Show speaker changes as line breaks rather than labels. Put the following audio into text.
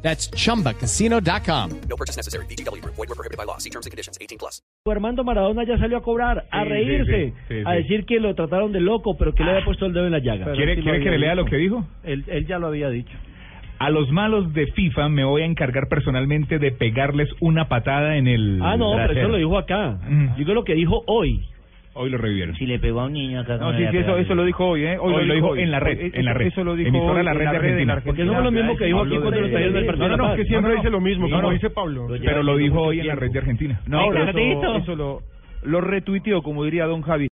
That's chumbacasino.com.
No purchase necessary. BGW. Void were prohibited by law. See terms and conditions. 18 plus.
Armando Maradona ya salió a cobrar, a
Sí,
reírse,
sí, sí, sí,
a
sí.
decir que lo trataron de loco, pero que le había puesto el dedo en la llaga.
¿Quiere, quiere que le lea lo que dijo?
Él, ya lo había dicho.
A los malos de FIFA me voy a encargar personalmente de pegarles una patada en el.
Ah, no, pero
trasero.
eso lo dijo acá.
Mm.
Digo lo que dijo hoy.
Hoy lo revivieron.
Si le pegó a un niño acá.
No, sí, sí, eso, eso lo dijo hoy, ¿eh?
Hoy lo dijo
hoy.
en la red,
Hoy,
en la red.
Eso lo dijo
Emisora
hoy
La Red de
en en la
Argentina.
Argentina.
Porque eso fue lo mismo que dijo aquí
Hablo
cuando
de-
los talleres del
No,
partido de
No,
la
no,
paz.
que siempre
No, no.
dice lo mismo,
No,
como
no.
dice Pablo.
Pero lo dijo hoy en la red de Argentina.
No,
Ay,
pero eso,
Carlito.
eso lo, lo retuiteó, como diría don Javi.